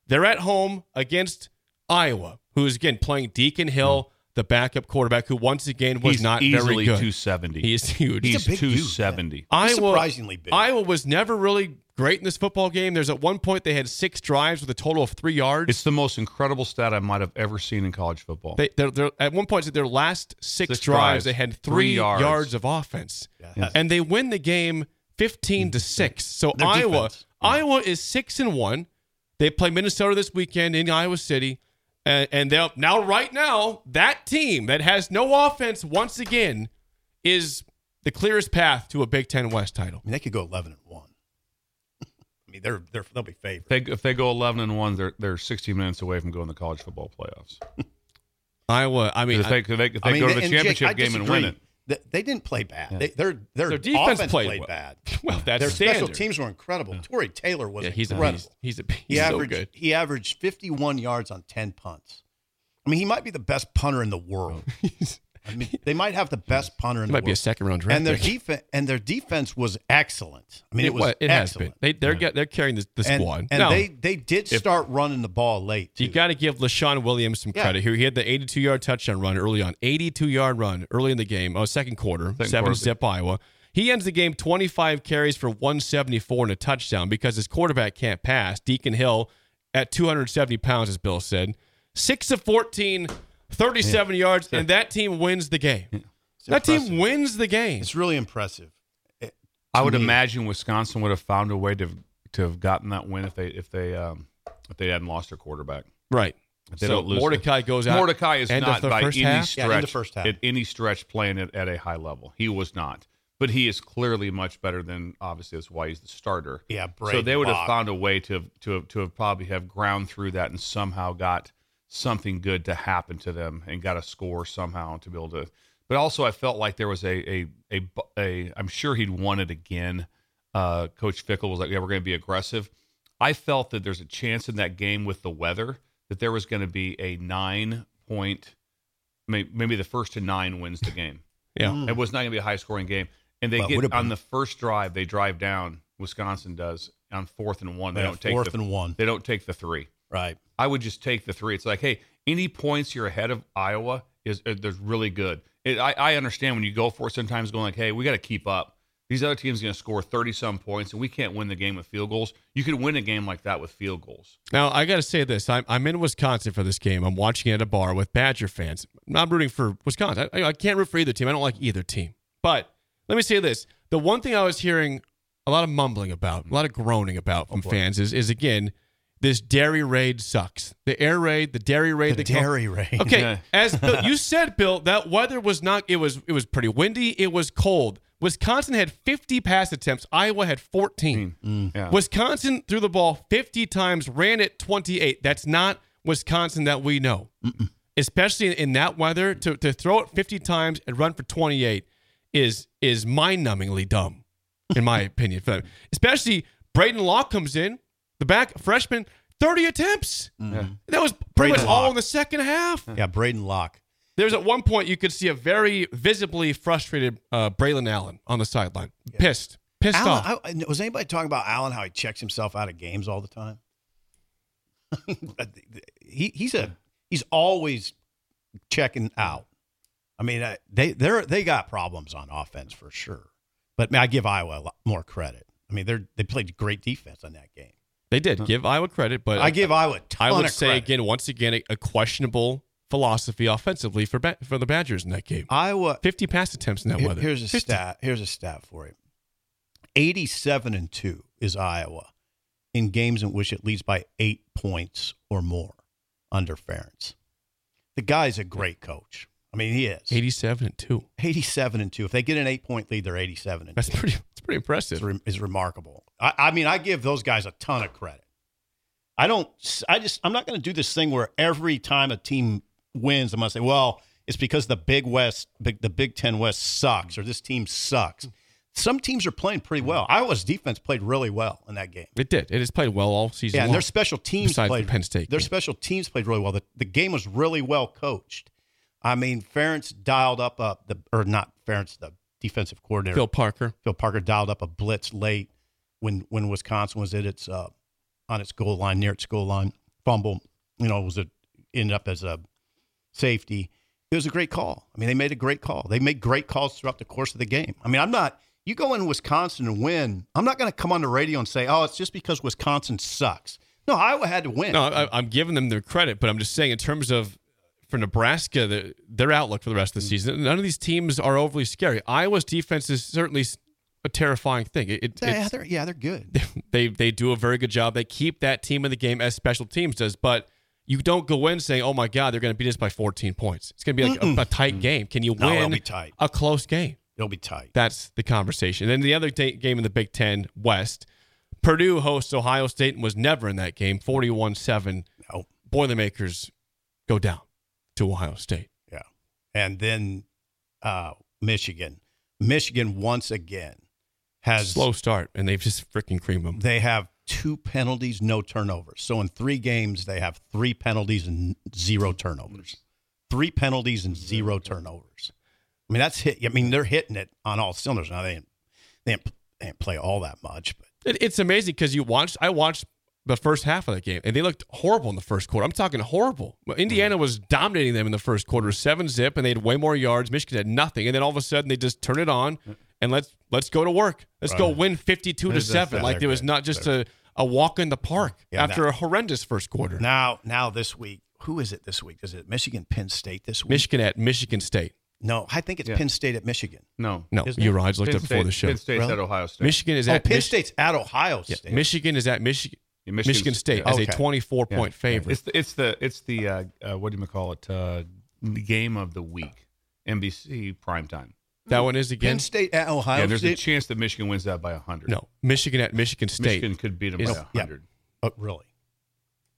Speaker 2: They're at home against Iowa, who is again playing Deacon Hill, the backup quarterback, who once again was
Speaker 4: He's
Speaker 2: not very
Speaker 4: easily
Speaker 2: good.
Speaker 4: 270.
Speaker 2: He is huge.
Speaker 4: He's
Speaker 3: a big dude, yeah.
Speaker 4: 270.
Speaker 2: Iowa,
Speaker 3: surprisingly big.
Speaker 2: Iowa was never really great in this football game. There's at one point they had six drives with a total of three yards.
Speaker 4: It's the most incredible stat I might have ever seen in college football.
Speaker 2: They, they're, they're, at one point, their last six,
Speaker 4: Six
Speaker 2: drives,
Speaker 4: drives,
Speaker 2: they had
Speaker 4: three
Speaker 2: three, yards.
Speaker 4: yards.
Speaker 2: of offense, and they win the game fifteen to six. So
Speaker 3: Mm-hmm. Their
Speaker 2: Iowa,
Speaker 3: defense, yeah.
Speaker 2: Iowa is six and one. They play Minnesota this weekend in Iowa City, and, and they're now right now that team that has no offense once again is the clearest path to a Big Ten West title.
Speaker 3: I mean, they could go eleven and one. I mean, they're they're they'll be favored.
Speaker 4: They- if they go 11 and 1, they're, they're 16 minutes away from going to the college football playoffs.
Speaker 2: Iowa, I mean,
Speaker 4: If they, if they, if they
Speaker 3: I mean,
Speaker 4: go to the
Speaker 3: and Jake,
Speaker 4: championship
Speaker 3: I
Speaker 4: game and win
Speaker 3: disagree.
Speaker 4: it.
Speaker 3: They, they didn't play bad. They, their their,
Speaker 2: Their defense
Speaker 3: offense
Speaker 2: played
Speaker 3: played,
Speaker 2: well.
Speaker 3: bad.
Speaker 2: well, that's
Speaker 3: their special
Speaker 2: standard.
Speaker 3: teams were incredible. Torrey Taylor was
Speaker 2: Yeah, he's a,
Speaker 3: incredible.
Speaker 2: he's, he's a he's
Speaker 3: he
Speaker 2: so
Speaker 3: averaged
Speaker 2: good.
Speaker 3: he averaged 51 yards on 10 punts. I mean, he might be the best punter in the world. I mean, they might have the best punter in the
Speaker 2: He might
Speaker 3: world.
Speaker 2: be a second round draft
Speaker 3: And their
Speaker 2: pick.
Speaker 3: defense and their defense was excellent. I mean, it, was
Speaker 2: wa- it has
Speaker 3: excellent.
Speaker 2: been. They, they're get, they're carrying the, the
Speaker 3: and
Speaker 2: squad.
Speaker 3: and
Speaker 2: No.
Speaker 3: they they did start running the ball late.
Speaker 2: You
Speaker 3: too.
Speaker 2: got to give LaShawn Williams some
Speaker 3: Yeah.
Speaker 2: credit here. He had the 82 yard touchdown run early on, 82 yard run early in the game, oh, second quarter, seven
Speaker 4: quarter.
Speaker 2: zip Iowa. He ends the game 25 carries for 174 and a touchdown because his quarterback can't pass. Deacon Hill at 270 pounds, as Bill said, 6 of 14, 37 yards, and that team wins the game. That team
Speaker 3: impressive.
Speaker 2: wins the game.
Speaker 3: it's really impressive.
Speaker 4: I would
Speaker 3: me.
Speaker 4: imagine Wisconsin would have found a way to to have gotten that win if they if they um, if they hadn't lost their quarterback.
Speaker 2: Right.
Speaker 4: If they
Speaker 2: So
Speaker 4: don't lose
Speaker 2: Mordecai goes out.
Speaker 4: Mordecai is
Speaker 2: end of
Speaker 4: not
Speaker 2: the
Speaker 4: by
Speaker 2: first
Speaker 4: any
Speaker 2: half?
Speaker 4: stretch
Speaker 3: Yeah, end of first half.
Speaker 4: at any stretch playing it at a high level. He was not, but he is clearly much better than obviously that's why he's the starter.
Speaker 3: Yeah,
Speaker 4: so
Speaker 3: Braden
Speaker 4: they would have
Speaker 3: Bach.
Speaker 4: found a way to have, to have, to have probably have ground through that and somehow got something good to happen to them and got a score somehow to be able to. But also, I felt like there was a a a, bu- a I'm sure he'd won it again. Uh, Coach Fickle was like, "Yeah, we're going to be aggressive." I felt that there's a chance in that game with the weather that there was going to be a nine point, may- maybe the first to nine wins the game.
Speaker 2: Yeah.
Speaker 4: It was not going to be a high scoring game. And they
Speaker 3: Well, it
Speaker 4: get
Speaker 3: would've
Speaker 4: on
Speaker 3: been.
Speaker 4: the first drive, they drive down. Wisconsin does on fourth and one. They
Speaker 3: Yeah,
Speaker 4: don't take
Speaker 3: fourth
Speaker 4: the,
Speaker 3: and one.
Speaker 4: They don't take the three.
Speaker 3: Right.
Speaker 4: I would just take the three. It's like, hey, any points you're ahead of Iowa is uh, there's really good. It, I, I understand when you go for it sometimes going like, hey, we got to keep up. These other teams going to score thirty some points, and we can't win the game with field goals. You could win a game like that with field goals.
Speaker 2: Now I got to say this: I'm, I'm in Wisconsin for this game. I'm watching it at a bar with Badger fans. I'm rooting for Wisconsin. I, I can't root for either team. I don't like either team. But let me say this: the one thing I was hearing a lot of mumbling about, a lot of groaning about from fans is is again this dairy raid sucks. The air raid, the dairy raid,
Speaker 3: The
Speaker 2: that come-
Speaker 3: dairy raid.
Speaker 2: Okay,
Speaker 4: Yeah.
Speaker 2: as Bill, you said, Bill, that weather was not. It was it was pretty windy. It was cold. Wisconsin had 50 pass attempts. Iowa had 14.
Speaker 4: Yeah.
Speaker 2: Wisconsin threw the ball 50 times, ran it 28. That's not Wisconsin that we know, especially in that weather. To, to throw it 50 times and run for 28 is is mind numbingly dumb, in my opinion. For them. Especially Braden Law comes in, the back freshman, 30 attempts. That was pretty
Speaker 3: Braden
Speaker 2: much all
Speaker 3: Locke.
Speaker 2: in the second half.
Speaker 3: Yeah, Braden Locke.
Speaker 2: There's at one point you could see a very visibly frustrated uh, Braylon Allen on the sideline, pissed, pissed
Speaker 3: Allen,
Speaker 2: off.
Speaker 3: I, I- was anybody talking about Allen how he checks himself out of games all the time? he, he's a he's always checking out. I mean, I, they they are they got problems on offense for sure. But man, I give Iowa a lot more credit. I mean, they they played great defense on that game.
Speaker 2: they did give Iowa credit, but
Speaker 3: I give Iowa a ton
Speaker 2: I would
Speaker 3: of
Speaker 2: say
Speaker 3: credit.
Speaker 2: again, once again, a, a questionable philosophy offensively for ba- for the Badgers in that game.
Speaker 3: Iowa
Speaker 2: 50 pass attempts in that
Speaker 3: Here-
Speaker 2: weather.
Speaker 3: Uh, Here's a
Speaker 2: 50.
Speaker 3: stat. Here's a stat for you. Eighty-seven and two is Iowa in games in which it leads by eight points or more under Ferentz. The guy's a great coach. I mean, he is
Speaker 2: 87 and two.
Speaker 3: eighty-seven and two. If they get an eight-point lead, they're eighty-seven and
Speaker 2: That's
Speaker 3: two.
Speaker 2: pretty. That's pretty impressive.
Speaker 3: It's re- is remarkable. I, I mean, I give those guys a ton of credit. I don't. I just. I'm not going to do this thing where every time a team wins, I'm going to say, "Well, it's because the Big West, big, the Big Ten West sucks, or this team sucks." Some teams are playing pretty well. Iowa's defense played really well in that game.
Speaker 2: It did. It has played well all season.
Speaker 3: Yeah, and
Speaker 2: long.
Speaker 3: their special teams
Speaker 2: Besides
Speaker 3: played
Speaker 2: Penn State.
Speaker 3: Their
Speaker 2: game.
Speaker 3: special teams played really well. The, the game was really well coached. I mean, Ferentz dialed up a the or not Ferentz, the defensive coordinator
Speaker 2: Phil Parker.
Speaker 3: Phil Parker dialed up a blitz late when when Wisconsin was at its uh, on its goal line near its goal line fumble. You know, was a ended up as a safety. It was a great call. I mean, they made a great call. They made great calls throughout the course of the game. I mean, I'm not. You go in Wisconsin and win. I'm not going to come on the radio and say, "Oh, it's just because Wisconsin sucks." No, Iowa had to win.
Speaker 2: No, I, I'm giving them their credit, but I'm just saying in terms of for Nebraska, the, their outlook for the rest of
Speaker 3: Mm.
Speaker 2: the season, none of these teams are overly scary. Iowa's defense is certainly s- a terrifying thing. It, it,
Speaker 3: yeah,
Speaker 2: it's,
Speaker 3: they're, yeah, they're good.
Speaker 2: they they do a very good job. They keep that team in the game as special teams does, but you don't go in saying, "Oh my God, they're going to beat us by 14 points." It's going to be like a, a tight game. Can you
Speaker 3: No, it'll
Speaker 2: win
Speaker 3: be tight.
Speaker 2: a close game?
Speaker 3: They'll be tight.
Speaker 2: That's the conversation. Then the other ta- game in the Big Ten West, Purdue hosts Ohio State and was never in that game. 41-7.
Speaker 3: No.
Speaker 2: Boilermakers go down to Ohio State.
Speaker 3: Yeah. And then uh, Michigan. Michigan once again has
Speaker 2: Slow start, and they've just freaking creamed them.
Speaker 3: they have two penalties, no turnovers. So in three games, they have three penalties and zero turnovers. Three penalties and zero turnovers. I mean, that's hit. I mean, they're hitting it on all cylinders. Now they didn't, they didn't, they didn't play all that much, but
Speaker 2: It, it's amazing because you watched. I watched the first half of that game, and they looked horrible in the first quarter. I'm talking horrible. But
Speaker 4: Mm-hmm.
Speaker 2: Indiana was dominating them in the first quarter, seven zip, and they had way more yards. Michigan had nothing, and then all of a sudden they just turn it on
Speaker 4: Mm-hmm.
Speaker 2: and let's let's go to work. Let's go win 52 to
Speaker 3: There's that-
Speaker 2: seven.
Speaker 3: that-
Speaker 2: Like it was not just a, a walk in the park
Speaker 3: Yeah,
Speaker 2: after
Speaker 3: that-
Speaker 2: a horrendous first quarter.
Speaker 3: now now this week, who is it this week? Is it Michigan, Penn State this week?
Speaker 2: Michigan at Michigan State.
Speaker 3: No, I think it's
Speaker 4: Yeah.
Speaker 3: Penn State at Michigan.
Speaker 4: No.
Speaker 2: No,
Speaker 3: Isn't it?
Speaker 2: you're right. I just looked
Speaker 4: Penn
Speaker 2: up before
Speaker 4: State-
Speaker 2: the show.
Speaker 4: Penn State's
Speaker 3: Really?
Speaker 4: at Ohio State.
Speaker 2: Michigan is
Speaker 3: Oh,
Speaker 2: at
Speaker 3: Penn
Speaker 2: Mich-
Speaker 3: State's at Ohio
Speaker 2: yeah,
Speaker 3: State.
Speaker 2: Michigan is at Michigan.
Speaker 4: Yeah, Michigan's-
Speaker 2: Michigan State
Speaker 4: yeah.
Speaker 2: as a
Speaker 3: Okay.
Speaker 2: 24 point
Speaker 4: Yeah.
Speaker 2: favorite.
Speaker 4: It's the, it's the it's the uh, uh, what do you call it? Uh, game of the week, NBC primetime.
Speaker 2: that one is again.
Speaker 3: Penn State at Ohio
Speaker 4: Yeah, there's a
Speaker 3: State.
Speaker 4: chance that Michigan wins that by hundred.
Speaker 2: No, Michigan at Michigan State.
Speaker 4: Michigan could beat them
Speaker 2: is-
Speaker 4: by
Speaker 2: Yeah.
Speaker 4: hundred.
Speaker 3: Oh, really?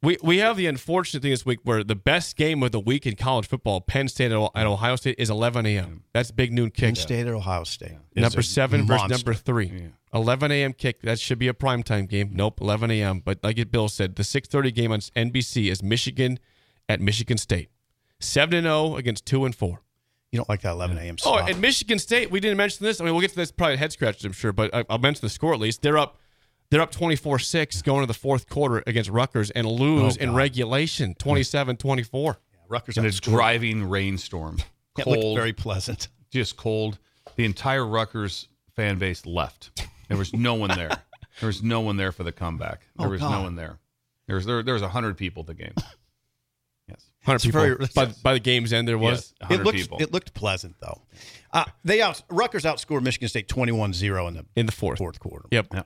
Speaker 2: We we have the unfortunate thing this week where the best game of the week in college football, Penn State at, at Ohio State, is 11 a.m. That's big noon
Speaker 3: Penn
Speaker 2: kick.
Speaker 3: State at Ohio State. is
Speaker 2: Number
Speaker 3: a
Speaker 2: seven
Speaker 3: monster.
Speaker 2: versus number three. 11 a.m. kick. That should be a primetime game. Nope, 11 a.m. But like Bill said, the 6:30 game on NBC is Michigan at Michigan State. Seven and zero against two and four.
Speaker 3: You don't like that 11 a.m.
Speaker 2: Oh,
Speaker 3: slot.
Speaker 2: at Michigan State, we didn't mention this. I mean, we'll get to this probably head scratches, I'm sure, but I, I'll mention the score at least. They're up, they're up 24 6 going to the fourth quarter against Rutgers and lose
Speaker 4: Oh,
Speaker 2: in regulation 27 24.
Speaker 3: Rutgers
Speaker 4: In a
Speaker 3: outscored.
Speaker 4: driving rainstorm,
Speaker 3: It
Speaker 4: cold,
Speaker 3: looked very pleasant.
Speaker 4: just cold. The entire Rutgers fan base left. There was no one there. there was no one there for the comeback. There
Speaker 3: Oh,
Speaker 4: was
Speaker 3: God.
Speaker 4: no one there. There was there, there was hundred people at the game. Yes,
Speaker 2: 100 people.
Speaker 3: very-
Speaker 2: by, by the game's end, there
Speaker 4: yes,
Speaker 2: was.
Speaker 3: It
Speaker 4: hundred
Speaker 3: looked
Speaker 4: people.
Speaker 3: it looked pleasant though. Uh, they out Rutgers outscored Michigan State 21-0 in the
Speaker 2: In the fourth.
Speaker 3: fourth quarter.
Speaker 2: Yep.
Speaker 4: Yeah.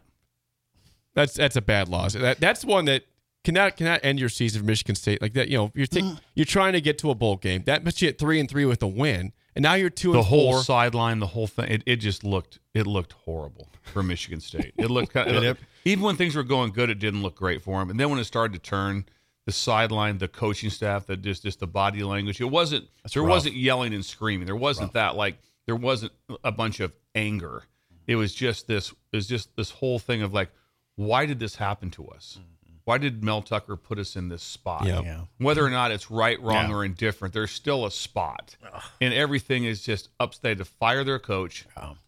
Speaker 2: That's that's a bad loss. That, that's one that cannot cannot end your season for Michigan State like that. You know, you're
Speaker 4: Mm.
Speaker 2: take, you're trying to get to a bowl game. That puts you at three and three with a win, and now you're two
Speaker 4: the
Speaker 2: and
Speaker 4: whole
Speaker 2: four.
Speaker 4: sideline, the whole thing. It, it just looked it looked horrible for Michigan State. It looked kind of,
Speaker 3: Did it?
Speaker 4: even when things were going good, it didn't look great for him. And then when it started to turn, the sideline, the coaching staff, the just just the body language. It wasn't there
Speaker 3: rough.
Speaker 4: wasn't yelling and screaming. There wasn't that like there wasn't a bunch of anger. It was just this it was just this whole thing of like, why did this happen to us? Why did Mel Tucker put us in this spot?
Speaker 2: Yeah.
Speaker 3: Yeah.
Speaker 4: whether or not it's right, wrong,
Speaker 3: Yeah.
Speaker 4: or indifferent, there's still a spot, and everything is just up. They had to fire their coach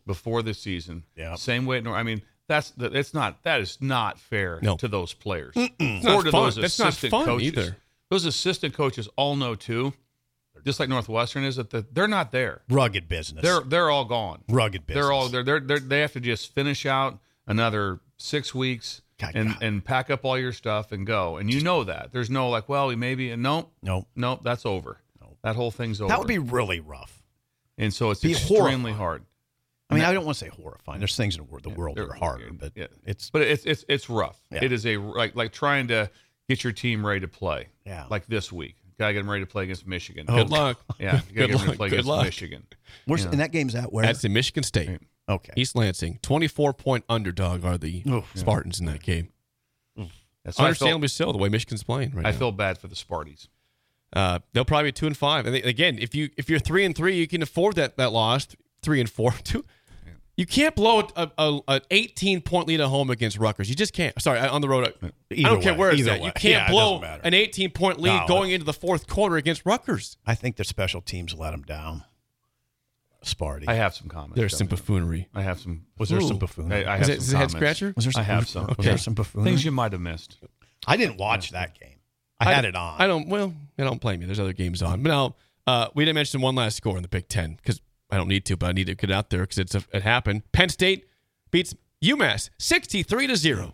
Speaker 4: before the season.
Speaker 3: Yeah.
Speaker 4: Same way. I mean, that's the- that's not that is not fair
Speaker 2: No.
Speaker 4: to those players
Speaker 2: not
Speaker 4: or to
Speaker 2: fun.
Speaker 4: those
Speaker 2: That's not
Speaker 4: assistant
Speaker 2: fun
Speaker 4: coaches.
Speaker 2: either.
Speaker 4: Those assistant coaches all know too, just like Northwestern is that the, they're not there.
Speaker 3: Rugged business.
Speaker 4: They're they're all gone.
Speaker 3: rugged business.
Speaker 4: They're all they're, they're they're they have to just finish out another six weeks
Speaker 3: God,
Speaker 4: and
Speaker 3: God.
Speaker 4: and pack up all your stuff and go. And you know that there's no like, well, we maybe and nope,
Speaker 3: Nope.
Speaker 4: nope, that's over. That whole thing's over.
Speaker 3: That would be really rough.
Speaker 4: and so it's
Speaker 3: be
Speaker 4: extremely
Speaker 3: horrifying.
Speaker 4: hard.
Speaker 3: I mean, I don't want to say horrifying. There's things in the world, the world that
Speaker 4: They're-
Speaker 3: are harder, but
Speaker 4: yeah.
Speaker 3: it's
Speaker 4: but it's it's it's rough.
Speaker 3: Yeah.
Speaker 4: It is a like like trying to get your team ready to play.
Speaker 3: Yeah.
Speaker 4: like this week, gotta get them ready to play against Michigan.
Speaker 2: Good luck.
Speaker 4: Yeah, you gotta
Speaker 2: Good
Speaker 4: get them ready
Speaker 2: luck.
Speaker 4: to play
Speaker 2: Good
Speaker 4: against
Speaker 2: luck.
Speaker 4: Michigan.
Speaker 3: we're, and that game's at where?
Speaker 2: That's in Michigan State.
Speaker 3: okay.
Speaker 2: East Lansing, 24 point underdog are the
Speaker 3: Oof.
Speaker 2: Spartans in that game.
Speaker 4: That's why I felt-
Speaker 2: Understandably so, the way Michigan's playing right
Speaker 4: I
Speaker 2: now.
Speaker 4: feel bad for the Sparties.
Speaker 2: Uh, they'll probably be two and five. And they- again, if you if you're three and three, you can afford that that loss. th- Three and four, two. You can't blow a, a, a 18 point lead at home against Rutgers. You just can't. Sorry, on the road. I, I
Speaker 3: Either
Speaker 2: don't care
Speaker 3: way,
Speaker 2: where it's
Speaker 3: either
Speaker 2: at.
Speaker 3: way.
Speaker 2: You
Speaker 3: Yeah, it
Speaker 2: can't
Speaker 3: doesn't
Speaker 2: blow
Speaker 3: matter.
Speaker 2: an 18 point lead
Speaker 3: No.
Speaker 2: going into the fourth quarter against Rutgers.
Speaker 3: I think their special teams let them down. Sparty.
Speaker 4: I have some comments.
Speaker 2: There's
Speaker 4: Jeff.
Speaker 2: some buffoonery.
Speaker 4: I have some.
Speaker 3: Was there some
Speaker 4: Ooh.
Speaker 3: buffoonery?
Speaker 4: I, I
Speaker 2: Is
Speaker 4: have some
Speaker 2: it- is it a head
Speaker 4: comments.
Speaker 2: scratcher?
Speaker 3: Was there some
Speaker 4: I have
Speaker 3: buffoonery?
Speaker 4: some.
Speaker 3: Was there some buffoonery?
Speaker 4: Things you might have missed.
Speaker 3: I didn't watch that game. I, had it on.
Speaker 2: I don't. Well, I don't blame you. There's other games on. But now uh, we didn't mention one last score in the Big Ten because I don't need to, but I need to get it out there because it's a, it happened. Penn State beats UMass 63 to zero.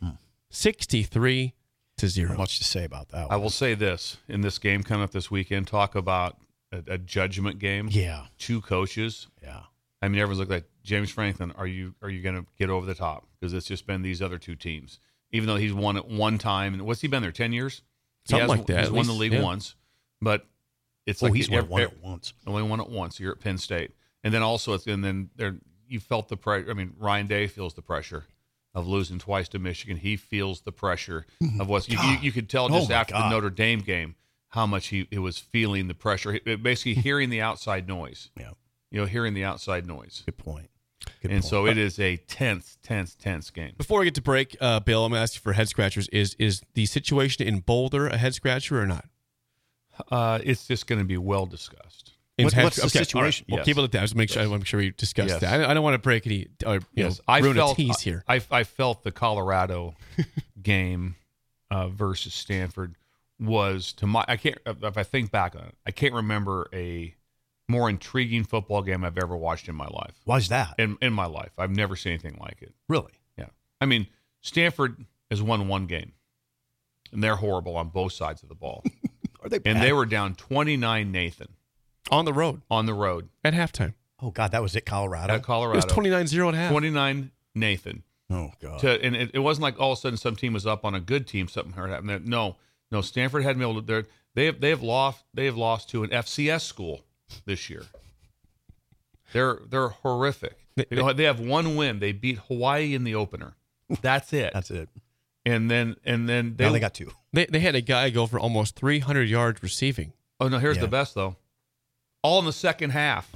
Speaker 2: 63 to
Speaker 3: Not
Speaker 2: zero.
Speaker 3: Mm-hmm. much to say about that.
Speaker 4: I
Speaker 3: One.
Speaker 4: will say this in this game coming up this weekend. Talk about a, a judgment game.
Speaker 3: Yeah,
Speaker 4: Two coaches.
Speaker 3: yeah.
Speaker 4: I mean, everyone's like, like James Franklin. Are you are you going to get over the top? Because it's just been these other two teams. Even though he's won it one time, and what's he been there? Ten years. He
Speaker 2: Something
Speaker 4: has-
Speaker 2: like that,
Speaker 4: He's
Speaker 2: at
Speaker 4: won the
Speaker 2: least,
Speaker 4: league
Speaker 2: yeah.
Speaker 4: once, but it's
Speaker 3: oh,
Speaker 4: like
Speaker 3: he's
Speaker 4: ev-
Speaker 3: won one
Speaker 4: ev-
Speaker 3: at once.
Speaker 4: Only won it once. You're at Penn State, and then also it's and then there you felt the pressure. I mean, Ryan Day feels the pressure of losing twice to Michigan. He feels the pressure of what's you, you, you could tell
Speaker 3: Oh,
Speaker 4: just
Speaker 3: my
Speaker 4: after
Speaker 3: God.
Speaker 4: the Notre Dame game how much he, he was feeling the pressure, He- basically hearing the outside noise.
Speaker 3: Yeah,
Speaker 4: You know, hearing the outside noise,
Speaker 3: good point. Good
Speaker 4: and
Speaker 3: point.
Speaker 4: so it is a tense, tense, tense game.
Speaker 2: Before we get to break, uh, Bill, I'm gonna ask you for head scratchers. Is is the situation in Boulder a head scratcher or not?
Speaker 4: Uh, it's just going to be well discussed.
Speaker 2: In
Speaker 3: What-
Speaker 2: head-
Speaker 3: what's the
Speaker 2: all right.
Speaker 3: situation?
Speaker 2: We'll
Speaker 4: Yes.
Speaker 2: keep it at that. Just make sure I want to make sure we discuss
Speaker 4: Yes.
Speaker 2: that. I, I don't want to break any or you know ruin a
Speaker 3: uh,
Speaker 2: tease here.
Speaker 4: I, I felt the Colorado game uh, versus Stanford was to my I can't if I think back on it, I can't remember a more intriguing football game I've ever watched in my life.
Speaker 3: Why's that?
Speaker 4: In in my life, I've never seen anything like it.
Speaker 3: really?
Speaker 4: Yeah, I mean Stanford has won one game, and they're horrible on both sides of the ball.
Speaker 3: Are they?
Speaker 4: and
Speaker 3: bad?
Speaker 4: they were down twenty nine Nathan
Speaker 2: on the road
Speaker 4: on the road
Speaker 2: at halftime.
Speaker 3: Oh God, that was at Colorado.
Speaker 4: at Colorado.
Speaker 2: It was 29-0 at half.
Speaker 4: 29 Nathan.
Speaker 3: oh God.
Speaker 4: to and it, it wasn't like all of a sudden some team was up on a good team something hard happened no no stanford had been able to they're- they have they have lost they have lost to an fcs school this year they're they're horrific
Speaker 2: They-
Speaker 4: they, they have one win they beat hawaii in the opener that's it
Speaker 3: That's it.
Speaker 4: and then and then they,
Speaker 3: They, now they got two.
Speaker 2: They, they had a guy go for almost 300 yards receiving.
Speaker 4: oh no here's
Speaker 3: Yeah.
Speaker 4: the best though all in the second half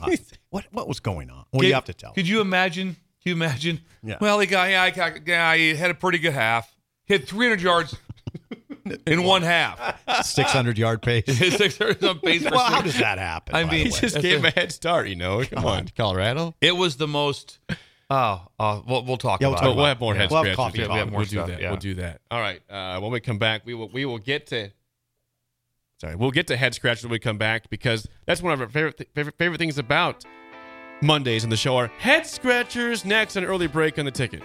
Speaker 3: God. what what was going on? What do you have to tell?
Speaker 4: Could you imagine? Can you imagine?
Speaker 3: Yeah.
Speaker 4: Well, he got yeah, I, yeah, he had a pretty good half. Hit 300 yards in one half.
Speaker 3: Six hundred yard pace.
Speaker 4: His 600 on pace for
Speaker 3: well, how
Speaker 4: six.
Speaker 3: does that happen?
Speaker 4: I
Speaker 3: by
Speaker 4: mean,
Speaker 3: the
Speaker 2: He
Speaker 3: way?
Speaker 2: just gave him a head start, you know. Come on, Colorado.
Speaker 4: It was the most. Oh, uh, we'll, we'll talk
Speaker 3: Yeah, we'll
Speaker 4: about
Speaker 3: talk
Speaker 4: it.
Speaker 3: about
Speaker 2: We'll have more
Speaker 4: Yeah.
Speaker 2: head
Speaker 3: We'll have
Speaker 2: scratchers.
Speaker 3: coffee
Speaker 2: Yeah,
Speaker 3: talk.
Speaker 2: we have more
Speaker 4: We'll
Speaker 2: we'll
Speaker 4: do
Speaker 2: do
Speaker 4: that,
Speaker 2: that.
Speaker 4: yeah.
Speaker 2: We'll do that. All right. Uh, when we come back, we will we will get to. Sorry, we'll get to head scratchers when we come back because that's one of our favorite th- favorite, favorite things about Mondays in the show are head scratchers. Next, an early break on the ticket.